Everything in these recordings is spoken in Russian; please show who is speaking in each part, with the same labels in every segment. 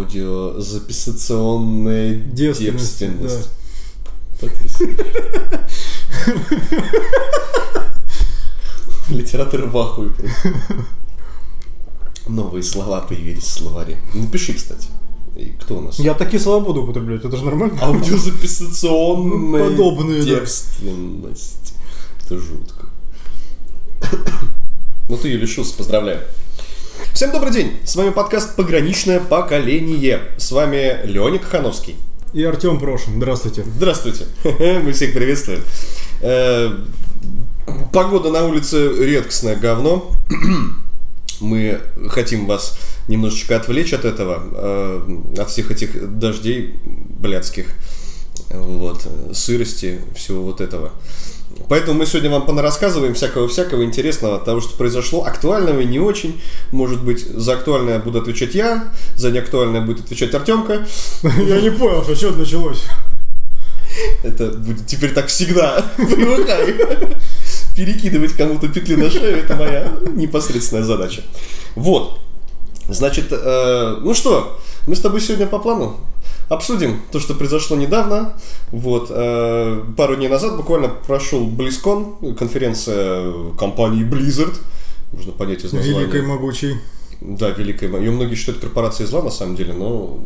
Speaker 1: аудио записационная
Speaker 2: Девственность,
Speaker 1: девственность. Литератор в ахуе просто. Новые слова появились в словаре. Напиши, кстати. И кто у нас?
Speaker 2: Я такие слова буду употреблять, это же нормально.
Speaker 1: Аудиозаписационная
Speaker 2: Подобные, да.
Speaker 1: девственность. Это жутко. Ну ты, Юлишус, поздравляю. Всем добрый день! С вами подкаст «Пограничное поколение». С вами Леонид Хановский.
Speaker 2: И Артем Прошин, здравствуйте.
Speaker 1: Здравствуйте. Мы всех приветствуем. Э, Погода на улице редкостное говно. Мы хотим вас немножечко отвлечь от этого, э, от всех этих дождей блядских, вот, сырости, всего вот этого. Поэтому мы сегодня вам понарассказываем всякого-всякого интересного от того, что произошло, актуального и не очень. Может быть, за актуальное буду отвечать я, за неактуальное будет отвечать Артемка.
Speaker 2: Я не понял, что что началось.
Speaker 1: Это будет теперь так всегда. Привыкай. Перекидывать кому-то петли на шею это моя непосредственная задача. Вот. Значит, э, ну что, мы с тобой сегодня по плану обсудим то, что произошло недавно. Вот, э, пару дней назад буквально прошел BlizzCon, конференция компании Blizzard. Можно понять из названия.
Speaker 2: Великой могучий.
Speaker 1: Да, великая. Ее многие считают корпорацией зла на самом деле, но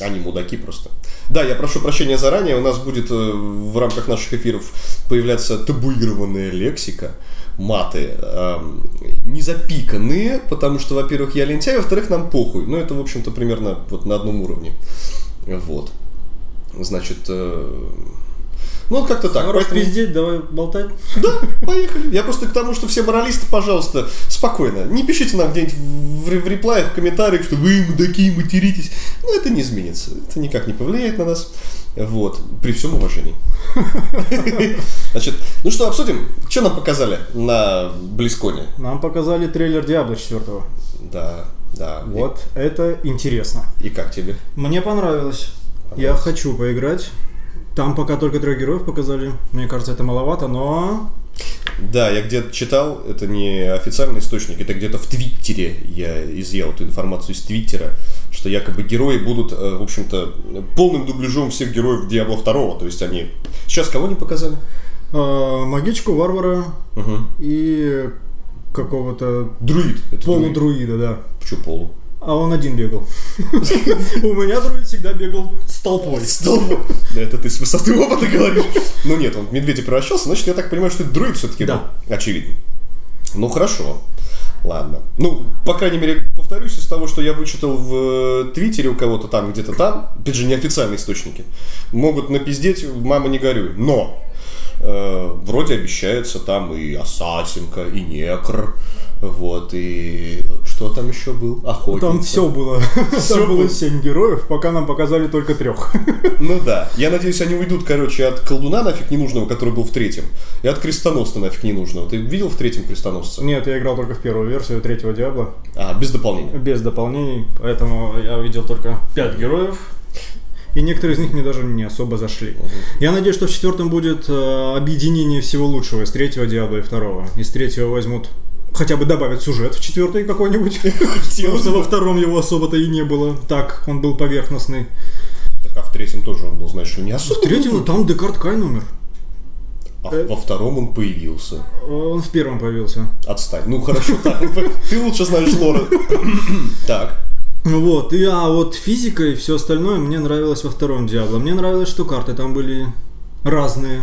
Speaker 1: они мудаки просто. Да, я прошу прощения заранее, у нас будет э, в рамках наших эфиров появляться табуированная лексика, маты, эм, не запиканные, потому что, во-первых, я лентяй, а во-вторых, нам похуй. Ну, это, в общем-то, примерно вот на одном уровне. Вот. Значит, э, ну, как-то так.
Speaker 2: Хорош
Speaker 1: Поэтому-
Speaker 2: пиздеть, давай болтать.
Speaker 1: да, поехали. Я просто к тому, что все моралисты, пожалуйста, спокойно. Не пишите нам где-нибудь в, ре- в реплаях, в комментариях, что вы мудаки, материтесь. Ну, это не изменится. Это никак не повлияет на нас. Вот. При всем уважении. Значит, ну что, обсудим, что нам показали на Близконе.
Speaker 2: Нам показали трейлер Диабло 4.
Speaker 1: Да, да. И-
Speaker 2: Вот, это интересно.
Speaker 1: И как тебе?
Speaker 2: Мне понравилось. Я хочу поиграть. Там пока только трех героев показали. Мне кажется, это маловато, но...
Speaker 1: Да, я где-то читал, это не официальный источник, это где-то в Твиттере я изъял эту информацию из Твиттера, что якобы герои будут, э, в общем-то, полным дубляжом всех героев Диабло 2, то есть они... Сейчас кого не показали?
Speaker 2: э, магичку, варвара
Speaker 1: Угу.
Speaker 2: и какого-то
Speaker 1: Друид. Это друид.
Speaker 2: полудруида, да.
Speaker 1: Чё полу?
Speaker 2: А он один бегал. У меня друид всегда бегал с толпой.
Speaker 1: Столб. Да, это ты с высоты опыта говоришь. Ну нет, он в медведя превращался, значит, я так понимаю, что это друид все-таки
Speaker 2: Да.
Speaker 1: был. Очевидно. Ну хорошо. Ладно. Ну, по крайней мере, повторюсь, из того, что я вычитал в э, Твиттере у кого-то там, где-то там, опять же, неофициальные источники, могут напиздеть, мама не горюй. Но э, вроде обещается там и Асасинка, и Некр, вот, и э, что там еще был? Охотник.
Speaker 2: Там все было.
Speaker 1: Всё
Speaker 2: Там было
Speaker 1: было.
Speaker 2: семь героев, пока нам показали только трех.
Speaker 1: Ну да. Я надеюсь, они уйдут, короче, от колдуна нафиг ненужного, который был в третьем, и от крестоносца нафиг ненужного. Ты видел в третьем крестоносца?
Speaker 2: Нет, я играл только в первую версию третьего Диабла,
Speaker 1: А, без дополнения.
Speaker 2: без дополнений, поэтому я увидел только пять героев. И некоторые из них мне даже не особо зашли. Я надеюсь, что в четвертом будет э, объединение всего лучшего из третьего Диабла и второго. Из третьего возьмут хотя бы добавят сюжет в четвертый какой-нибудь. Потому что во втором его особо-то и не было. Так, он был поверхностный.
Speaker 1: Так, а в третьем тоже он был, знаешь, не
Speaker 2: Ну, В
Speaker 1: особо.
Speaker 2: третьем там Декарт Кайн умер.
Speaker 1: А во втором он появился.
Speaker 2: Он в первом появился.
Speaker 1: Отстань. Ну хорошо, так. Ты лучше знаешь лора. Так.
Speaker 2: Вот, и а вот физика и все остальное мне нравилось во втором Диабло. Мне нравилось, что карты там были разные.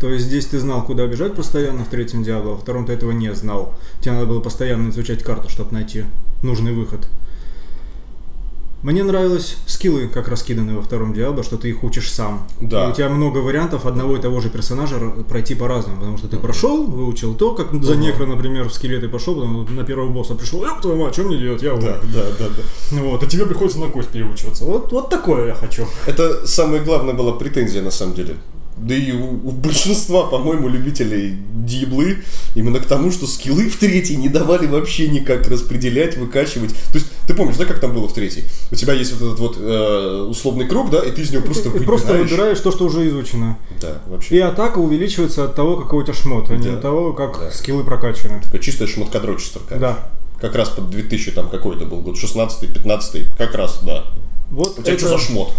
Speaker 2: То есть здесь ты знал, куда бежать постоянно в третьем Диабло, а во втором ты этого не знал. Тебе надо было постоянно изучать карту, чтобы найти нужный выход. Мне нравились скиллы, как раскиданы во втором Диабло, что ты их учишь сам.
Speaker 1: Да.
Speaker 2: И у тебя много вариантов одного и того же персонажа р- пройти по-разному, потому что ты прошел, выучил то, как за некро, например, в скелеты пошел, потом на первого босса пришел, «Ёб твою мать, что мне делать, я умер».
Speaker 1: Да, да, да, да.
Speaker 2: Вот, а тебе приходится на кость переучиваться. Вот, вот такое я хочу.
Speaker 1: Это самая главная была претензия, на самом деле. Да и у, у большинства, по-моему, любителей диблы именно к тому, что скиллы в третьей не давали вообще никак распределять, выкачивать. То есть, ты помнишь, да, как там было в третьей? У тебя есть вот этот вот э, условный круг, да, и ты из него просто
Speaker 2: Ты
Speaker 1: выбираешь.
Speaker 2: просто выбираешь то, что уже изучено.
Speaker 1: Да,
Speaker 2: И
Speaker 1: вообще.
Speaker 2: атака увеличивается от того, какой у тебя шмот, а не
Speaker 1: Да.
Speaker 2: от того, как
Speaker 1: Да.
Speaker 2: скиллы прокачаны.
Speaker 1: Такое чистое шмоткодрочество. короче.
Speaker 2: Да.
Speaker 1: Как раз под 2000 там какой-то был год, 16-15, как раз, да.
Speaker 2: Вот
Speaker 1: У тебя
Speaker 2: это-
Speaker 1: что за шмот?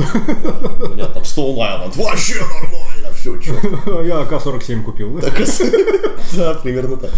Speaker 1: Да, У меня там Stone Island. Вообще нормально, все, четко.
Speaker 2: Я АК-47 купил. да?
Speaker 1: Да, примерно так.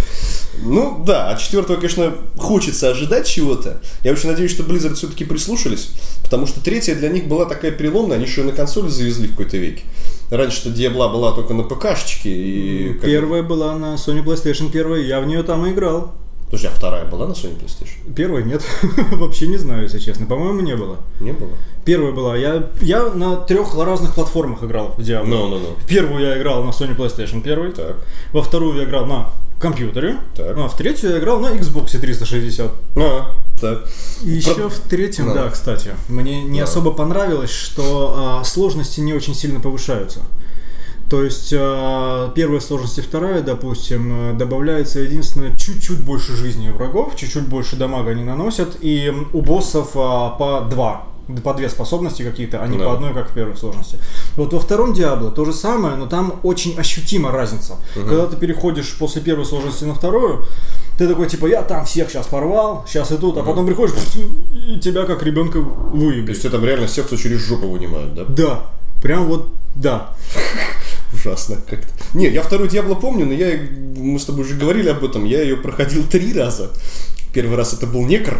Speaker 1: Ну да, от четвертого, конечно, хочется ожидать чего-то. Я очень надеюсь, что Blizzard все-таки прислушались, потому что третья для них была такая переломная, они еще и на консоли завезли в какой-то веке. Раньше-то Диабла была только на ПКшечке и... как-
Speaker 2: Первая была на Sony PlayStation 1, я в нее там и играл.
Speaker 1: Подожди, а вторая была на Sony PlayStation?
Speaker 2: Первой нет. Вообще не знаю, если честно. По-моему, не было.
Speaker 1: Не было?
Speaker 2: Первая была. Я, я на трех разных платформах играл в Diablo.
Speaker 1: Ну, ну, ну.
Speaker 2: В первую я играл на Sony PlayStation 1.
Speaker 1: Так.
Speaker 2: Во вторую я играл на компьютере.
Speaker 1: Так.
Speaker 2: А в третью я играл на Xbox 360.
Speaker 1: А, так.
Speaker 2: И еще в третьем,
Speaker 1: Да.
Speaker 2: да. кстати, мне не
Speaker 1: Да.
Speaker 2: особо понравилось, что а, сложности не очень сильно повышаются. То есть а, первая сложность и вторая, допустим, э, добавляется единственное чуть-чуть больше жизни у врагов, чуть-чуть больше дамага они наносят, и м, у боссов а, по два д- по две способности какие-то, а не
Speaker 1: Да.
Speaker 2: по одной, как в первой сложности. Вот во втором Диабло то же самое, но там очень ощутима разница. Когда ты переходишь после первой сложности на вторую, ты такой типа, я там всех сейчас порвал, сейчас и тут, а потом приходишь, и тебя как ребенка
Speaker 1: То
Speaker 2: выебли.
Speaker 1: есть это там реально сердце через жопу вынимают, да?
Speaker 2: Да, прям вот да.
Speaker 1: Ужасно как-то. Не, я вторую Диабло помню, но я, мы с тобой уже говорили об этом, я ее проходил три раза. Первый раз это был Некр.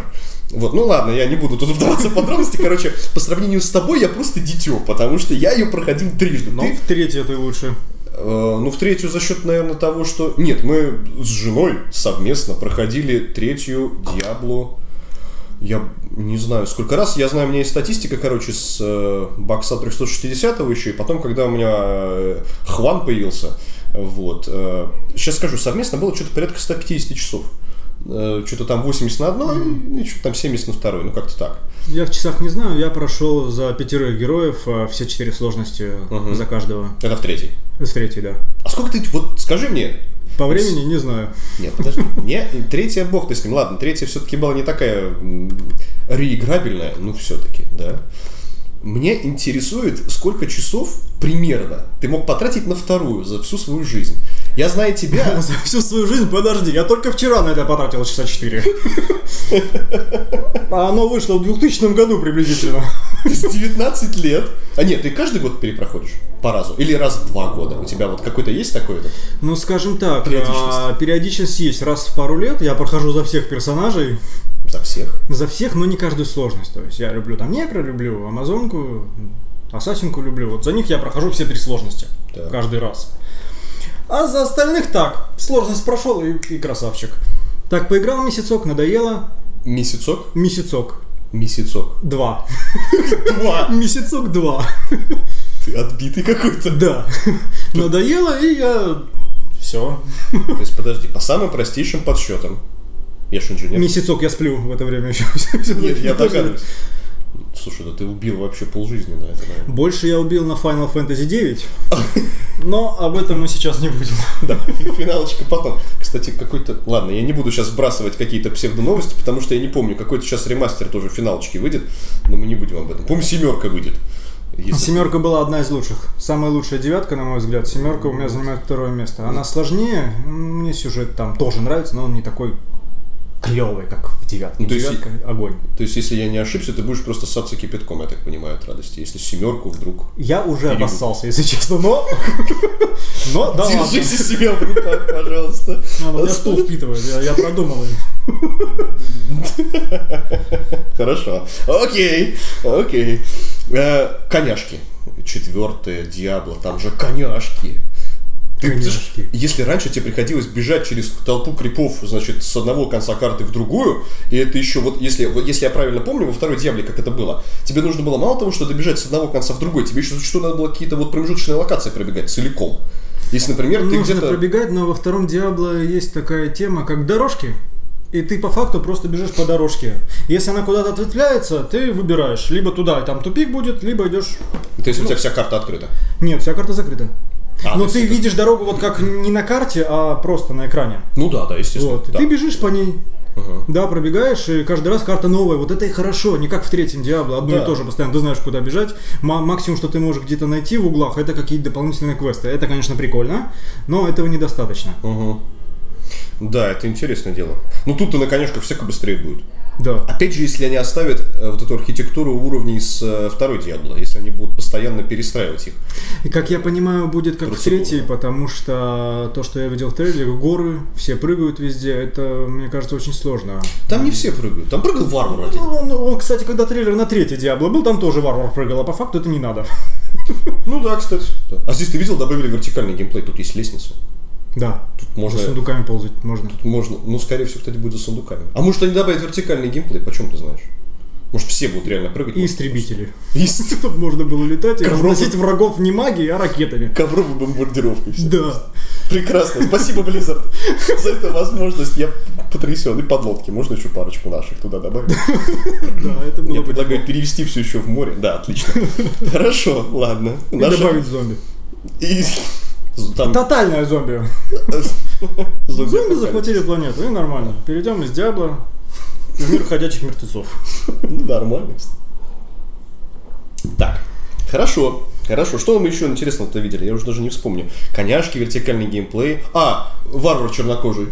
Speaker 1: Вот, ну ладно, я не буду тут вдаваться в подробности. Короче, по сравнению с тобой я просто дитё, потому что я ее проходил трижды.
Speaker 2: Но
Speaker 1: Ты,
Speaker 2: в третьей а ты лучше.
Speaker 1: э, ну, в третью за счет, наверное, того, что... Нет, мы с женой совместно проходили третью Диабло. Я не знаю, сколько раз. Я знаю, у меня есть статистика, короче, с э, бокса 360 еще. И потом, когда у меня э, Хван появился, вот. сейчас скажу, совместно было что-то порядка 150 часов. Э, что-то там 80 на одной, и что-то там 70 на второй. Ну, как-то так.
Speaker 2: Я в часах не знаю, я прошел за пятерых героев а, все четыре сложности
Speaker 1: Мгм.
Speaker 2: за каждого.
Speaker 1: Это в третьей.
Speaker 2: С третьей, да.
Speaker 1: А сколько ты... Вот скажи мне,
Speaker 2: По времени не знаю.
Speaker 1: Нет, подожди. Не, и третья бог ты с ним. Ладно, третья все-таки была не такая м, реиграбельная, ну все-таки, да. Мне интересует, сколько часов примерно ты мог потратить на вторую за всю свою жизнь. Я знаю тебя.
Speaker 2: За всю свою жизнь, подожди, я только вчера на это потратил часа 4. А оно вышло в 2000 году приблизительно.
Speaker 1: Ты с 19 лет. А нет, ты каждый год перепроходишь по разу? Или раз в два года? У тебя вот какой-то есть такой этот?
Speaker 2: Ну, скажем так,
Speaker 1: Периодичность.
Speaker 2: а, периодичность есть. Раз в пару лет я прохожу за всех персонажей,
Speaker 1: За всех?
Speaker 2: за всех, но не каждую сложность. То есть я люблю там некро, люблю амазонку, ассасинку люблю. Вот за них я прохожу все три сложности
Speaker 1: Так.
Speaker 2: каждый раз. А за остальных так, сложность прошел и, и красавчик. Так, поиграл месяцок, надоело.
Speaker 1: Месяцок?
Speaker 2: Месяцок.
Speaker 1: Месяцок.
Speaker 2: Два.
Speaker 1: Два!
Speaker 2: Месяцок два.
Speaker 1: Ты отбитый какой-то.
Speaker 2: Да. Надоело, и я... Все.
Speaker 1: То есть, подожди, по самым простейшим подсчетам. Я шучу, нет?
Speaker 2: Месяцок я сплю в это время еще.
Speaker 1: Нет, я догадываюсь. Слушай, да ты убил вообще полжизни на это, наверное.
Speaker 2: Больше я убил на Final Fantasy 9, но об этом мы сейчас не будем.
Speaker 1: Да, финалочка потом. Кстати, какой-то... Ладно, я не буду сейчас сбрасывать какие-то псевдоновости, потому что я не помню, какой-то сейчас ремастер тоже финалочки выйдет, но мы не будем об этом. Помню, семерка выйдет. Если-
Speaker 2: Семерка была одна из лучших. Самая лучшая девятка, на мой взгляд. Семерка у меня занимает второе место. Она сложнее, м, мне сюжет там тоже нравится, но он не такой клевый, как в девятке.
Speaker 1: Ну, то есть-
Speaker 2: Девятка — огонь.
Speaker 1: То есть, если я не ошибся, ты будешь просто саться кипятком, я так понимаю, от радости. Если семерку вдруг...
Speaker 2: Я уже
Speaker 1: Перебил.
Speaker 2: обоссался, если честно, но... Но, да ладно.
Speaker 1: Держите себя в руках, пожалуйста.
Speaker 2: А, ну, У меня стул впитывает, я- я продумал.
Speaker 1: Хорошо. Окей, окей. Э, Коняшки. Четвертое, Диабло, там же коняшки. Ты- ты ж-
Speaker 2: Коняшки.
Speaker 1: если раньше тебе приходилось бежать через толпу крипов, значит, с одного конца карты в другую, и это еще вот, если, вот если я правильно помню, во второй Диабле, как это было, тебе нужно было мало того, что добежать с одного конца в другой, тебе еще что надо было какие-то вот промежуточные локации пробегать целиком. Если, например, ты
Speaker 2: Ну, Нужно
Speaker 1: где-то...
Speaker 2: пробегать, но во втором Диабло есть такая тема, как дорожки. И ты по факту просто бежишь по дорожке. Если она куда-то ответвляется, ты выбираешь. Либо туда, и там тупик будет, либо идешь...
Speaker 1: То есть у тебя вся карта открыта.
Speaker 2: Нет, вся карта закрыта.
Speaker 1: А,
Speaker 2: но
Speaker 1: то есть
Speaker 2: Ну. ты
Speaker 1: это-
Speaker 2: видишь дорогу вот как не на карте, а просто на экране.
Speaker 1: Ну да, да, естественно.
Speaker 2: Вот. и
Speaker 1: да.
Speaker 2: Ты бежишь по ней.
Speaker 1: Мгм.
Speaker 2: Да, пробегаешь, и каждый раз карта новая. Вот это и хорошо, не как в третьем Диабло, одно
Speaker 1: Да.
Speaker 2: и то же постоянно. Ты знаешь, куда бежать. Ма- максимум, что ты можешь где-то найти в углах, это какие-то дополнительные квесты. Это, конечно, прикольно, но этого недостаточно.
Speaker 1: Мгм. Да, это интересное дело. Но тут-то на конюшках всяко быстрее будет.
Speaker 2: Да.
Speaker 1: Опять же, если они оставят э, вот эту архитектуру уровней с э, второй Диабло, если они будут постоянно перестраивать их.
Speaker 2: И как я понимаю, будет как в
Speaker 1: Процедура.
Speaker 2: третьей, потому что то, что я видел в трейлере, горы, все прыгают везде, это, мне кажется, очень сложно.
Speaker 1: Там не все прыгают, там прыгал варвар
Speaker 2: Ну,
Speaker 1: один.
Speaker 2: Он, он, кстати, когда трейлер на третьей Диабло был, там тоже варвар прыгал, а по факту это не надо.
Speaker 1: Ну да, кстати. Да. А здесь ты видел, добавили вертикальный геймплей, тут есть лестница.
Speaker 2: Да,
Speaker 1: Тут
Speaker 2: за
Speaker 1: можно,
Speaker 2: сундуками ползать можно.
Speaker 1: тут можно, ну скорее всего, кстати, будет за сундуками. А может они добавят вертикальный геймплей, почем ты знаешь? Может все будут реально прыгать?
Speaker 2: И
Speaker 1: может,
Speaker 2: истребители.
Speaker 1: просто- И
Speaker 2: Тут можно было летать и
Speaker 1: Ковровый.
Speaker 2: разносить врагов не магией, а ракетами.
Speaker 1: ковровой бомбардировкой. всё.
Speaker 2: Да.
Speaker 1: Прекрасно. Спасибо, Blizzard, за эту возможность. Я потрясен. И подлодки. Можно еще парочку наших туда добавить?
Speaker 2: Да, это было
Speaker 1: Я
Speaker 2: бы
Speaker 1: предлагаю перевести все еще в море. Да, отлично. Хорошо, ладно.
Speaker 2: И
Speaker 1: Наша-
Speaker 2: добавить зомби.
Speaker 1: И- Там
Speaker 2: Тотальное зомби.
Speaker 1: зомби
Speaker 2: Зомби
Speaker 1: апокалипсис.
Speaker 2: захватили планету, и нормально. Перейдем из Диабло в мир ходячих мертвецов.
Speaker 1: Ну, Нормально. кстати. Так. Хорошо. Хорошо. Что мы еще интересного-то видели? Я уже даже не вспомню. Коняшки, вертикальный геймплей. А, варвар чернокожий.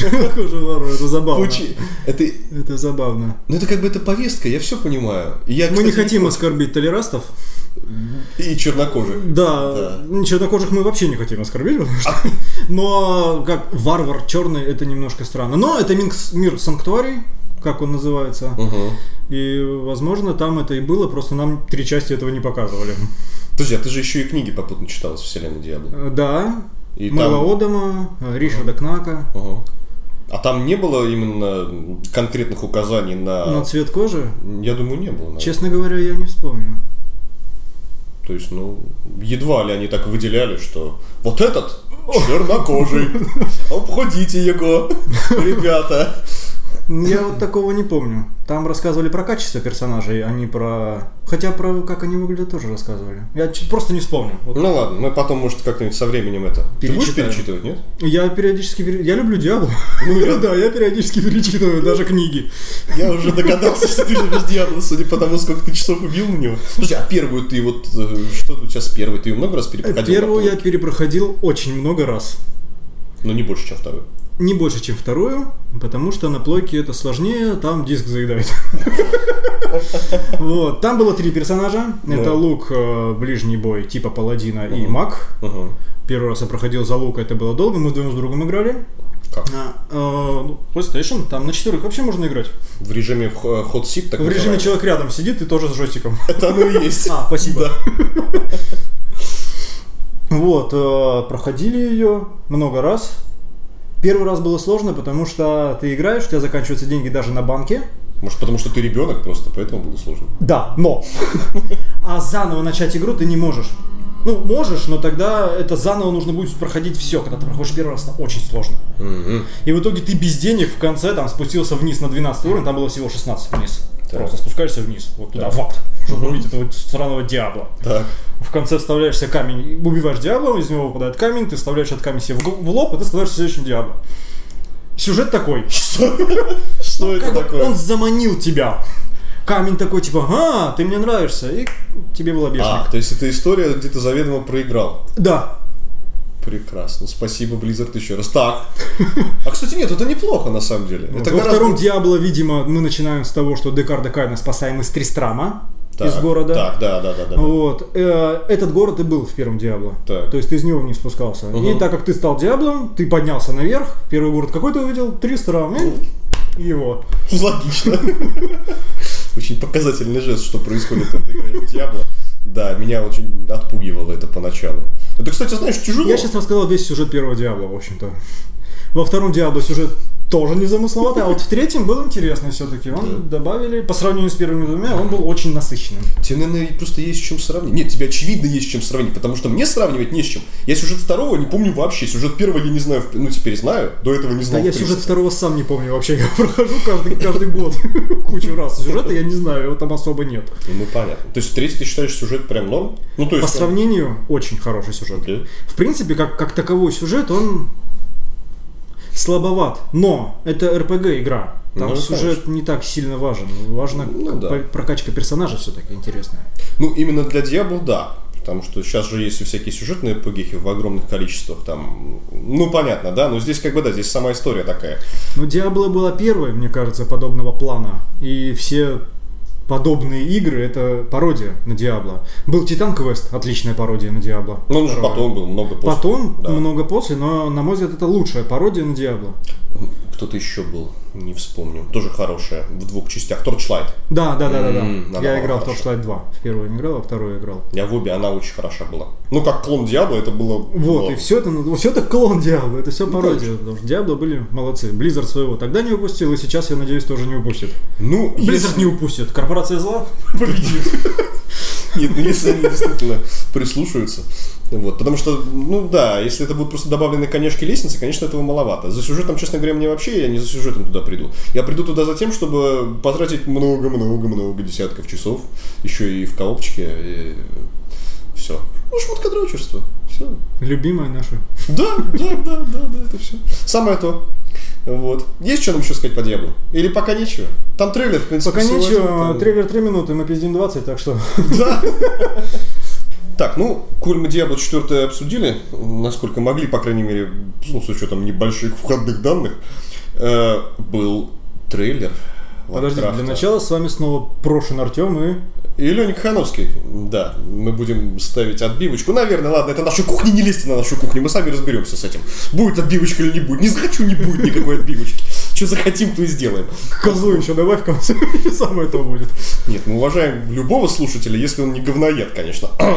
Speaker 2: Какой же варвар, это забавно.
Speaker 1: Пучи. Это,
Speaker 2: Это забавно.
Speaker 1: ну это как бы это повестка, я все понимаю. И Я,
Speaker 2: Мы не
Speaker 1: кстати,
Speaker 2: хотим оскорбить толерастов.
Speaker 1: И чернокожих.
Speaker 2: Да, чернокожих мы вообще не хотим оскорбить, потому что...
Speaker 1: А.
Speaker 2: Но как варвар черный, это немножко странно. Но это минкс- мир санктуарий, как он называется.
Speaker 1: Угу.
Speaker 2: И, возможно, там это и было, просто нам три части этого не показывали.
Speaker 1: Подожди, а ты же еще и книги попутно читал из вселенной Диабло.
Speaker 2: Э, Да,
Speaker 1: И
Speaker 2: Мэла
Speaker 1: там...
Speaker 2: Одама, э, Ришарда Кнака.
Speaker 1: Ага. А там не было именно конкретных указаний
Speaker 2: На
Speaker 1: на...
Speaker 2: цвет кожи,
Speaker 1: Я думаю, не было. наверное.
Speaker 2: честно говоря, я не вспомню.
Speaker 1: То есть, ну, едва ли они так выделяли, что вот этот чернокожий, обходите его, ребята.
Speaker 2: Я вот такого не помню. Там рассказывали про качество персонажей, а не про... Хотя про как они выглядят тоже рассказывали. Я чё- просто не вспомню. Вот.
Speaker 1: Ну ладно, мы потом, может, как-нибудь со временем это... Ты будешь
Speaker 2: Перечитаем.
Speaker 1: перечитывать, нет?
Speaker 2: Я периодически... пере- Я люблю Диабло.
Speaker 1: Ну,
Speaker 2: да, я периодически перечитываю даже книги.
Speaker 1: Я уже догадался, что ты любишь дьявола, судя по тому, сколько ты часов убил на него. Слушай, а первую ты вот... э, Что у тебя с первой? Ты ее много раз перепроходил?
Speaker 2: Первую я
Speaker 1: прополнить?
Speaker 2: перепроходил очень много раз.
Speaker 1: Ну, не больше, чем вторую.
Speaker 2: Не больше, чем вторую, потому что на плойке это сложнее, там диск заедает. Вот, там было три персонажа. Это
Speaker 1: Да.
Speaker 2: Лук, э, ближний бой типа Паладина и
Speaker 1: Мгм.
Speaker 2: Маг.
Speaker 1: Ага.
Speaker 2: Первый раз я проходил за Лука, это было долго, мы вдвоем с другом играли.
Speaker 1: Как?
Speaker 2: На, э, ну, PlayStation, там на четверых вообще можно играть.
Speaker 1: В режиме ход сит так
Speaker 2: В режиме
Speaker 1: называемый?
Speaker 2: человек рядом сидит и тоже с джойстиком.
Speaker 1: Это оно и есть.
Speaker 2: А, спасибо. Вот, э, проходили ее много раз. Первый раз было сложно, потому что ты играешь, у тебя заканчиваются деньги даже на банке.
Speaker 1: Может, потому что ты ребенок просто, поэтому было сложно.
Speaker 2: Да, но. А заново начать игру ты не можешь. Ну, можешь, но тогда это заново нужно будет проходить все. Когда ты проходишь первый раз, это очень сложно.
Speaker 1: Мгм.
Speaker 2: И в итоге ты без денег в конце там спустился вниз на 12 уровень, там было всего 16 вниз.
Speaker 1: Так.
Speaker 2: Просто спускаешься вниз, вот туда, в ад, чтобы убить этого сраного дьявола.
Speaker 1: Так.
Speaker 2: В конце вставляешь себе камень, убиваешь дьявола, из него выпадает камень, ты вставляешь этот камень себе в г- в лоб, и ты становишься следующим дьяволом. Сюжет такой.
Speaker 1: Что это
Speaker 2: Ну, Как бы Он
Speaker 1: такое?
Speaker 2: заманил тебя. Камень такой, типа, ага, ты мне нравишься, и тебе было
Speaker 1: А, то есть это история, где ты заведомо проиграл.
Speaker 2: Да.
Speaker 1: Прекрасно. Спасибо, Blizzard, еще раз. Так. А, кстати, нет, это неплохо, на самом деле.
Speaker 2: Вот.
Speaker 1: Это
Speaker 2: Во
Speaker 1: гораздо-
Speaker 2: втором Диабло, видимо, мы начинаем с того, что Декарда Кайна спасаем из Тристрама,
Speaker 1: Так,
Speaker 2: из города.
Speaker 1: Так, да, да, да, да. да.
Speaker 2: Вот. Э, Этот город и был в первом Диабло.
Speaker 1: Так.
Speaker 2: То есть ты из него не спускался.
Speaker 1: Мгм.
Speaker 2: И так как ты стал Диаблом, ты поднялся наверх. Первый город какой ты увидел? Три
Speaker 1: Ну.
Speaker 2: страны. Его.
Speaker 1: Логично. Очень показательный жест, что происходит в этой игре Диабло. Да, меня очень отпугивало это поначалу. Это, кстати, знаешь, тяжело.
Speaker 2: Я сейчас рассказал весь сюжет первого Диабло, в общем-то. Во втором Диабло сюжет тоже незамысловатый, а вот в третьем был интересный все-таки. Он добавили, по сравнению с первыми двумя, он был очень насыщенным.
Speaker 1: Тебе, наверное, просто есть с чем сравнить. Нет, тебе очевидно есть с чем сравнить, потому что мне сравнивать не с чем. Я сюжет второго не помню вообще. Сюжет первого я не знаю, в- ну теперь знаю, до этого не
Speaker 2: Да
Speaker 1: знал.
Speaker 2: я
Speaker 1: Ну, в принципе.
Speaker 2: сюжет второго сам не помню вообще, я прохожу каждый, каждый год кучу раз. Сюжета я не знаю, его там особо нет.
Speaker 1: Ну понятно. То есть третий ты считаешь сюжет прям норм? Ну то есть.
Speaker 2: По
Speaker 1: он-
Speaker 2: сравнению, очень хороший сюжет.
Speaker 1: Окей.
Speaker 2: В принципе, как, как таковой сюжет, он слабоват. Но это РПГ игра. Там
Speaker 1: Ну,
Speaker 2: сюжет не так сильно важен. Важна
Speaker 1: Ну,
Speaker 2: к-
Speaker 1: да.
Speaker 2: по- прокачка персонажа все-таки интересная.
Speaker 1: Ну именно для Диабло да. Потому что сейчас же есть и всякие сюжетные пугихи в огромных количествах. Там, ну, понятно, да, но здесь как бы, да, здесь сама история такая.
Speaker 2: Ну, Диабло была первой, мне кажется, подобного плана. И все подобные игры — это пародия на Диабло. Был Титан Квест, отличная пародия на Диабло.
Speaker 1: Ну, он же
Speaker 2: Второго.
Speaker 1: потом был, много после.
Speaker 2: Потом,
Speaker 1: да.
Speaker 2: много после, но, на мой взгляд, это лучшая пародия на Диабло.
Speaker 1: Кто-то еще был, не вспомню. Тоже хорошая, в двух частях. Торчлайт.
Speaker 2: Да, да, да, да,
Speaker 1: М,
Speaker 2: да.
Speaker 1: она
Speaker 2: Я
Speaker 1: была
Speaker 2: играл в
Speaker 1: хороша.
Speaker 2: Torchlight 2. В первую не играл, а во вторую играл.
Speaker 1: Я в обе, она очень хороша была. Ну, как клон Диабло, это было...
Speaker 2: Вот,
Speaker 1: было.
Speaker 2: и все это, все это клон Диабло, это все пародия.
Speaker 1: конечно.
Speaker 2: потому что Диабло были молодцы. Blizzard своего тогда не упустил, и сейчас, я надеюсь, тоже не упустит.
Speaker 1: Ну,
Speaker 2: Blizzard
Speaker 1: если...
Speaker 2: не упустит. Корпорация зла?
Speaker 1: Нет, ну, если они действительно прислушаются. Вот, потому что, ну да, если это будут просто добавлены конешки лестницы, конечно, этого маловато. За сюжетом, честно говоря, мне вообще, я не за сюжетом туда приду. Я приду туда за тем, чтобы потратить много-много-много десятков часов, еще и в коопчике, и все. Ну, шмотка дрочерство. Все.
Speaker 2: Любимая наша.
Speaker 1: Да, да, да, да, да, это все. Самое то. Вот. Есть что нам еще сказать по Диаблу? Или пока нечего? Там трейлер, в принципе,
Speaker 2: Пока
Speaker 1: всего один,
Speaker 2: нечего,
Speaker 1: там-
Speaker 2: трейлер 3 минуты, мы пиздим 20, так что...
Speaker 1: Да. Так, ну, коль мы Diablo 4 обсудили, насколько могли, по крайней мере, ну, с учетом небольших входных данных, э, был трейлер.
Speaker 2: Подождите,
Speaker 1: Warcraft'а.
Speaker 2: для начала с вами снова Прошин Артем и...
Speaker 1: И Леня Кахановский, да, мы будем ставить отбивочку. Наверное, ладно, это наша кухня, не лезьте на нашу кухню, мы сами разберемся с этим. Будет отбивочка или не будет. Не захочу, не будет никакой отбивочки. Что захотим, то и сделаем.
Speaker 2: Козу еще добавь в конце, самое то будет.
Speaker 1: Нет, мы уважаем любого слушателя, если он не говноед, конечно.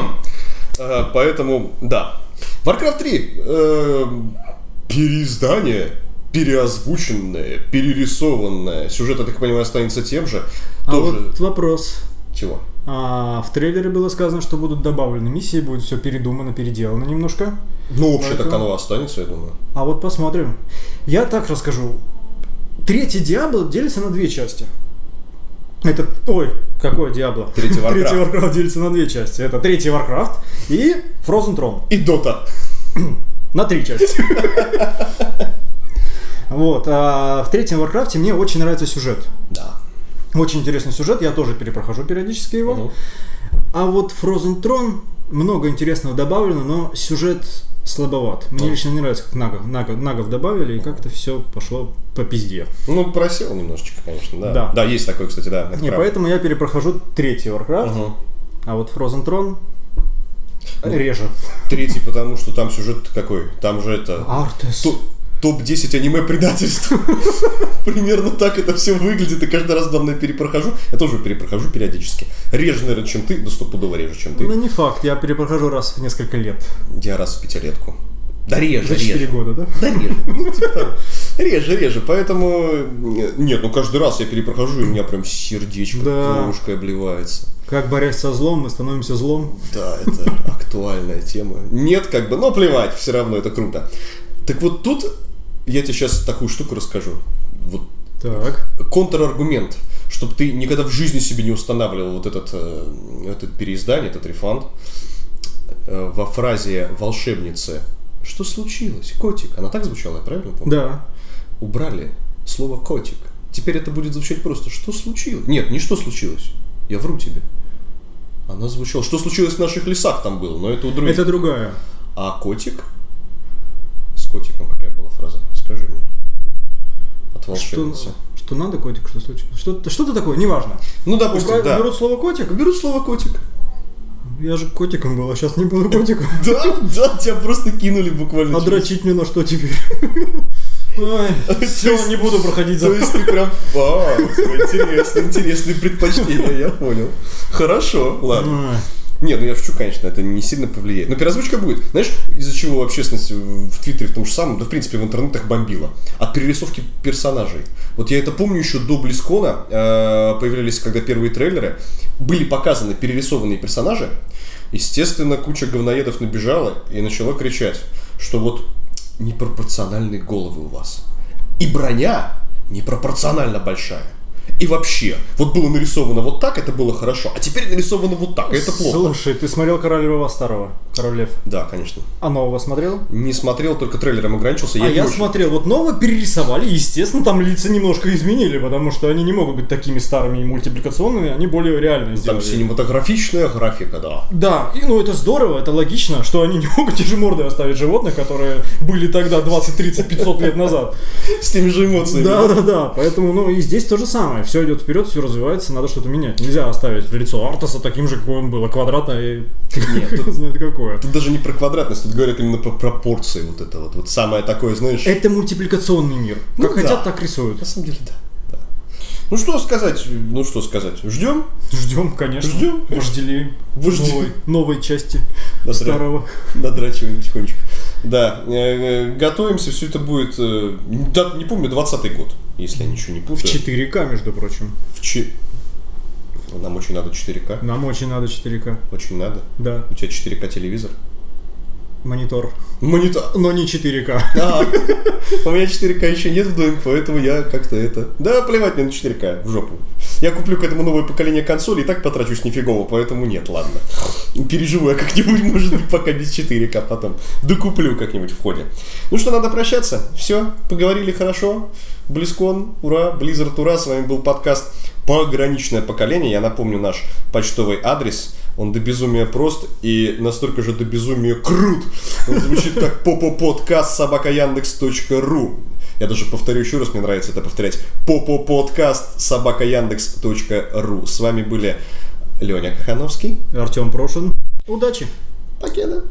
Speaker 1: Э, Поэтому, да. Warcraft 3. э, Переиздание, переозвученное, перерисованное. Сюжет, я так понимаю, останется тем же.
Speaker 2: А
Speaker 1: Тоже.
Speaker 2: вот вопрос.
Speaker 1: Чего? Ну,
Speaker 2: А, в трейлере было сказано, что будут добавлены миссии, будет все передумано, переделано немножко.
Speaker 1: Ну, вообще так
Speaker 2: Поэтому-
Speaker 1: оно останется, я думаю.
Speaker 2: А вот посмотрим. Я так расскажу. Третий Диабло делится на две части. Это... Ой, какой Диабло?
Speaker 1: Третий Warcraft.
Speaker 2: Третий Warcraft делится на две части. Это третий Warcraft и Frozen Throne.
Speaker 1: И Дота.
Speaker 2: На три части. Вот. а в третьем Warcraft мне очень нравится сюжет.
Speaker 1: Да.
Speaker 2: Очень интересный сюжет, я тоже перепрохожу периодически его.
Speaker 1: Мгм.
Speaker 2: А вот Frozen Throne много интересного добавлено, но сюжет слабоват. Мне
Speaker 1: Ну.
Speaker 2: лично не нравится, как нагов, нагов, нагов добавили, и как-то все пошло по пизде.
Speaker 1: Ну, просел немножечко, конечно, да.
Speaker 2: Да.
Speaker 1: есть такой, кстати, да. это
Speaker 2: Не,
Speaker 1: правда.
Speaker 2: поэтому я перепрохожу третий Warcraft,
Speaker 1: Мгм. Ну.
Speaker 2: а вот Frozen Throne реже.
Speaker 1: Третий, потому что там сюжет какой? Там же это...
Speaker 2: Артес.
Speaker 1: Ту- Топ-10 аниме-предательств. Примерно так это все выглядит, и каждый раз, главное, перепрохожу. Я тоже перепрохожу периодически. Реже, наверное, чем ты, да стопудово реже, чем
Speaker 2: Ну
Speaker 1: ты.
Speaker 2: не факт, я перепрохожу раз в несколько лет.
Speaker 1: Я раз в пятилетку. Да реже,
Speaker 2: За 4
Speaker 1: реже.
Speaker 2: года, да?
Speaker 1: Да реже. Ну, типа того. Реже, реже. Поэтому... э, Нет, ну каждый раз я перепрохожу, и у меня прям сердечко
Speaker 2: Да.
Speaker 1: кровушкой обливается.
Speaker 2: Как борясь со злом, мы становимся злом.
Speaker 1: Да, это актуальная тема. Нет, как бы, но плевать, все равно это круто. Так вот тут я тебе сейчас такую штуку расскажу. Вот
Speaker 2: Так.
Speaker 1: контраргумент, чтобы ты никогда в жизни себе не устанавливал вот этот, э, этот переиздание, этот рефанд, Э, во фразе волшебницы «Что случилось? Котик?» Она так звучала, я правильно помню?
Speaker 2: Да.
Speaker 1: Убрали слово «котик». Теперь это будет звучать просто «Что случилось?» Нет, не «Что случилось?» Я вру тебе. Она звучала «Что случилось в наших лесах?» там было, но это у других.
Speaker 2: Это другая.
Speaker 1: А котик? С котиком какая была фраза? Скажи мне. От
Speaker 2: Что,
Speaker 1: волшебницы.
Speaker 2: что надо, котик, что случилось? Что-то что такое, неважно.
Speaker 1: Ну, допустим,
Speaker 2: Убра-
Speaker 1: да.
Speaker 2: Уберут слово котик?
Speaker 1: Берут слово котик.
Speaker 2: Я же котиком был, а сейчас не буду котиком.
Speaker 1: Да, да, тебя просто кинули буквально.
Speaker 2: А
Speaker 1: через-
Speaker 2: дрочить мне на что теперь? Ой, все, не буду проходить
Speaker 1: То
Speaker 2: за...
Speaker 1: есть ты прям... Вау, интересно, интересные предпочтения, я понял. Хорошо, ладно.
Speaker 2: Ой.
Speaker 1: Не, ну я шучу, конечно, это не сильно повлияет. Но переозвучка будет. Знаешь, из-за чего общественность в Твиттере в том же самом, да в принципе в интернетах бомбила? От перерисовки персонажей. Вот я это помню еще до Близкона, э, появлялись когда первые трейлеры, были показаны перерисованные персонажи. Естественно, куча говноедов набежала и начала кричать, что вот непропорциональные головы у вас. И броня непропорционально большая. И вообще, вот было нарисовано вот так, это было хорошо, а теперь нарисовано вот так, и это плохо.
Speaker 2: Слушай, ты смотрел Король Льва Старого? Король Лев.
Speaker 1: Да, конечно.
Speaker 2: А нового смотрел?
Speaker 1: Не смотрел, только трейлером ограничился.
Speaker 2: а
Speaker 1: не
Speaker 2: я
Speaker 1: очень-
Speaker 2: смотрел, вот нового перерисовали, естественно, там лица немножко изменили, потому что они не могут быть такими старыми и мультипликационными, они более реальные
Speaker 1: Ну, Там
Speaker 2: сделали.
Speaker 1: синематографичная графика, да.
Speaker 2: Да, и ну это здорово, это логично, что они не могут те же морды оставить животных, которые были тогда 20, 30, 500 лет назад.
Speaker 1: С теми же эмоциями.
Speaker 2: Да, да, да. Поэтому, ну и здесь то же самое. Все идет вперед, все развивается, надо что-то менять. Нельзя оставить лицо Артаса таким же, какое он было, квадратное и
Speaker 1: Нет,
Speaker 2: кто знает какое.
Speaker 1: Тут даже не про квадратность, тут говорят именно про пропорции вот это вот. Вот самое такое, знаешь...
Speaker 2: Это мультипликационный мир.
Speaker 1: Ну
Speaker 2: Как
Speaker 1: да.
Speaker 2: хотят, так рисуют.
Speaker 1: На самом деле, да. да. Ну что сказать, ну что сказать, ждем,
Speaker 2: Ждем, конечно.
Speaker 1: Ждем.
Speaker 2: Вожделеем.
Speaker 1: Вожделеем.
Speaker 2: Новой, новой части
Speaker 1: Надра-
Speaker 2: старого.
Speaker 1: надрачиваем тихонечко. Да, э, э, готовимся, все это будет, э, да, не помню, 20 год, если я ничего не
Speaker 2: В
Speaker 1: путаю.
Speaker 2: 4К, между прочим.
Speaker 1: В чи- Нам очень надо 4К,
Speaker 2: Нам очень надо 4К.
Speaker 1: очень надо.
Speaker 2: Да,
Speaker 1: У тебя 4К телевизор.
Speaker 2: монитор.
Speaker 1: Монитор.
Speaker 2: Но не 4К.
Speaker 1: А, у меня 4К еще нет в доме, поэтому я как-то это... Да, плевать мне на 4К, в жопу. Я куплю к этому новое поколение консолей и так потрачусь нифигово, поэтому нет, ладно. Переживу я как-нибудь, может быть, пока без 4К потом. Докуплю как-нибудь в ходе. Ну что, надо прощаться. Все, поговорили хорошо. Близкон, ура, Blizzard, ура. С вами был подкаст «Пограничное поколение». Я напомню наш почтовый адрес. Он до безумия прост и настолько же до безумия крут. Он звучит как попоподкаст собака ру. Я даже повторю еще раз, мне нравится это повторять. Попоподкаст собака ру. С вами были Леня Кахановский.
Speaker 2: Артем Прошин. Удачи!
Speaker 1: Покеда.